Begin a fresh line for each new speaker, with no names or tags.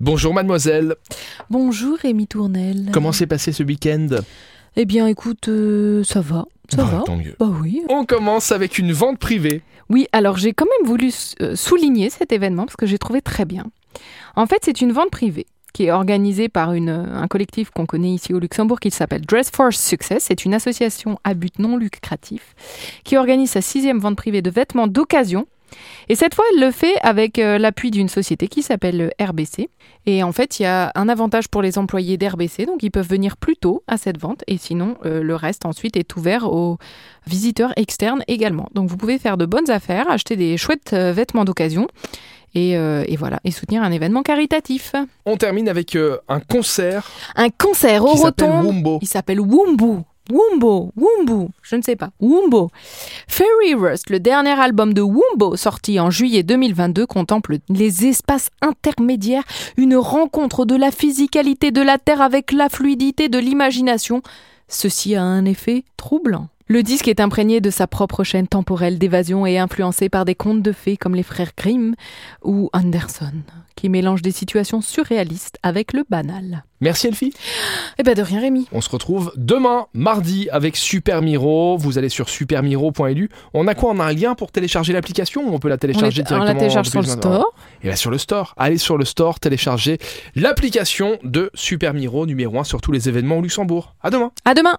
Bonjour mademoiselle,
Euh.
Bonjour Rémi Tournel.
comment s'est passé ce week-end
Eh bien écoute, euh, ça va, ça
Ah,
va.
Tant mieux.
Bah oui.
On commence avec une vente privée.
Oui, alors j'ai quand même voulu euh, souligner cet événement parce que j'ai trouvé très bien. En fait, c'est une vente privée qui est organisée par une, euh, un collectif qu'on connaît ici au Luxembourg qui s'appelle Dress for Success. C'est une association à but non lucratif qui organise sa sixième vente privée de vêtements d'occasion. Et cette fois, elle le fait avec euh, l'appui d'une société qui s'appelle euh, RBC. Et en fait, il y a un avantage pour les employés d'RBC, donc ils peuvent venir plus tôt à cette vente. Et sinon, euh, le reste ensuite est ouvert aux, visiteurs externes également. Donc vous pouvez faire de bonnes affaires, acheter des chouettes euh, vêtements d'occasion et, euh, et voilà, et soutenir un événement caritatif.
On termine avec euh, un concert
Un concert au
qui s'appelle
rotonde.
Wumbo.
Il s'appelle Wumbo. Wumbo, Wumbo, je ne sais pas, Wumbo. Fairy Rust, le dernier album de Wumbo, sorti en juillet 2022, contemple les espaces intermédiaires, une rencontre de la physicalité de la Terre avec la fluidité de l'imagination. Ceci a un effet troublant. Le disque est imprégné de sa propre chaîne temporelle d'évasion et influencé par des contes de fées comme les frères Grimm ou Anderson, qui mélangent des situations surréalistes avec le banal.
Merci Elfie.
Eh ben de rien Rémi.
On se retrouve demain, mardi, avec Super Miro. Vous allez sur supermiro.lu. On a quoi On a un lien pour télécharger l'application ou on peut la
On
télécharger
est- on
directement
la télécharge
depuis
sur le
smartphone
store.
Et bien sur le store. Allez sur le store, téléchargez l'application de Super Miro numéro 1 sur tous les événements au Luxembourg. À demain
À demain.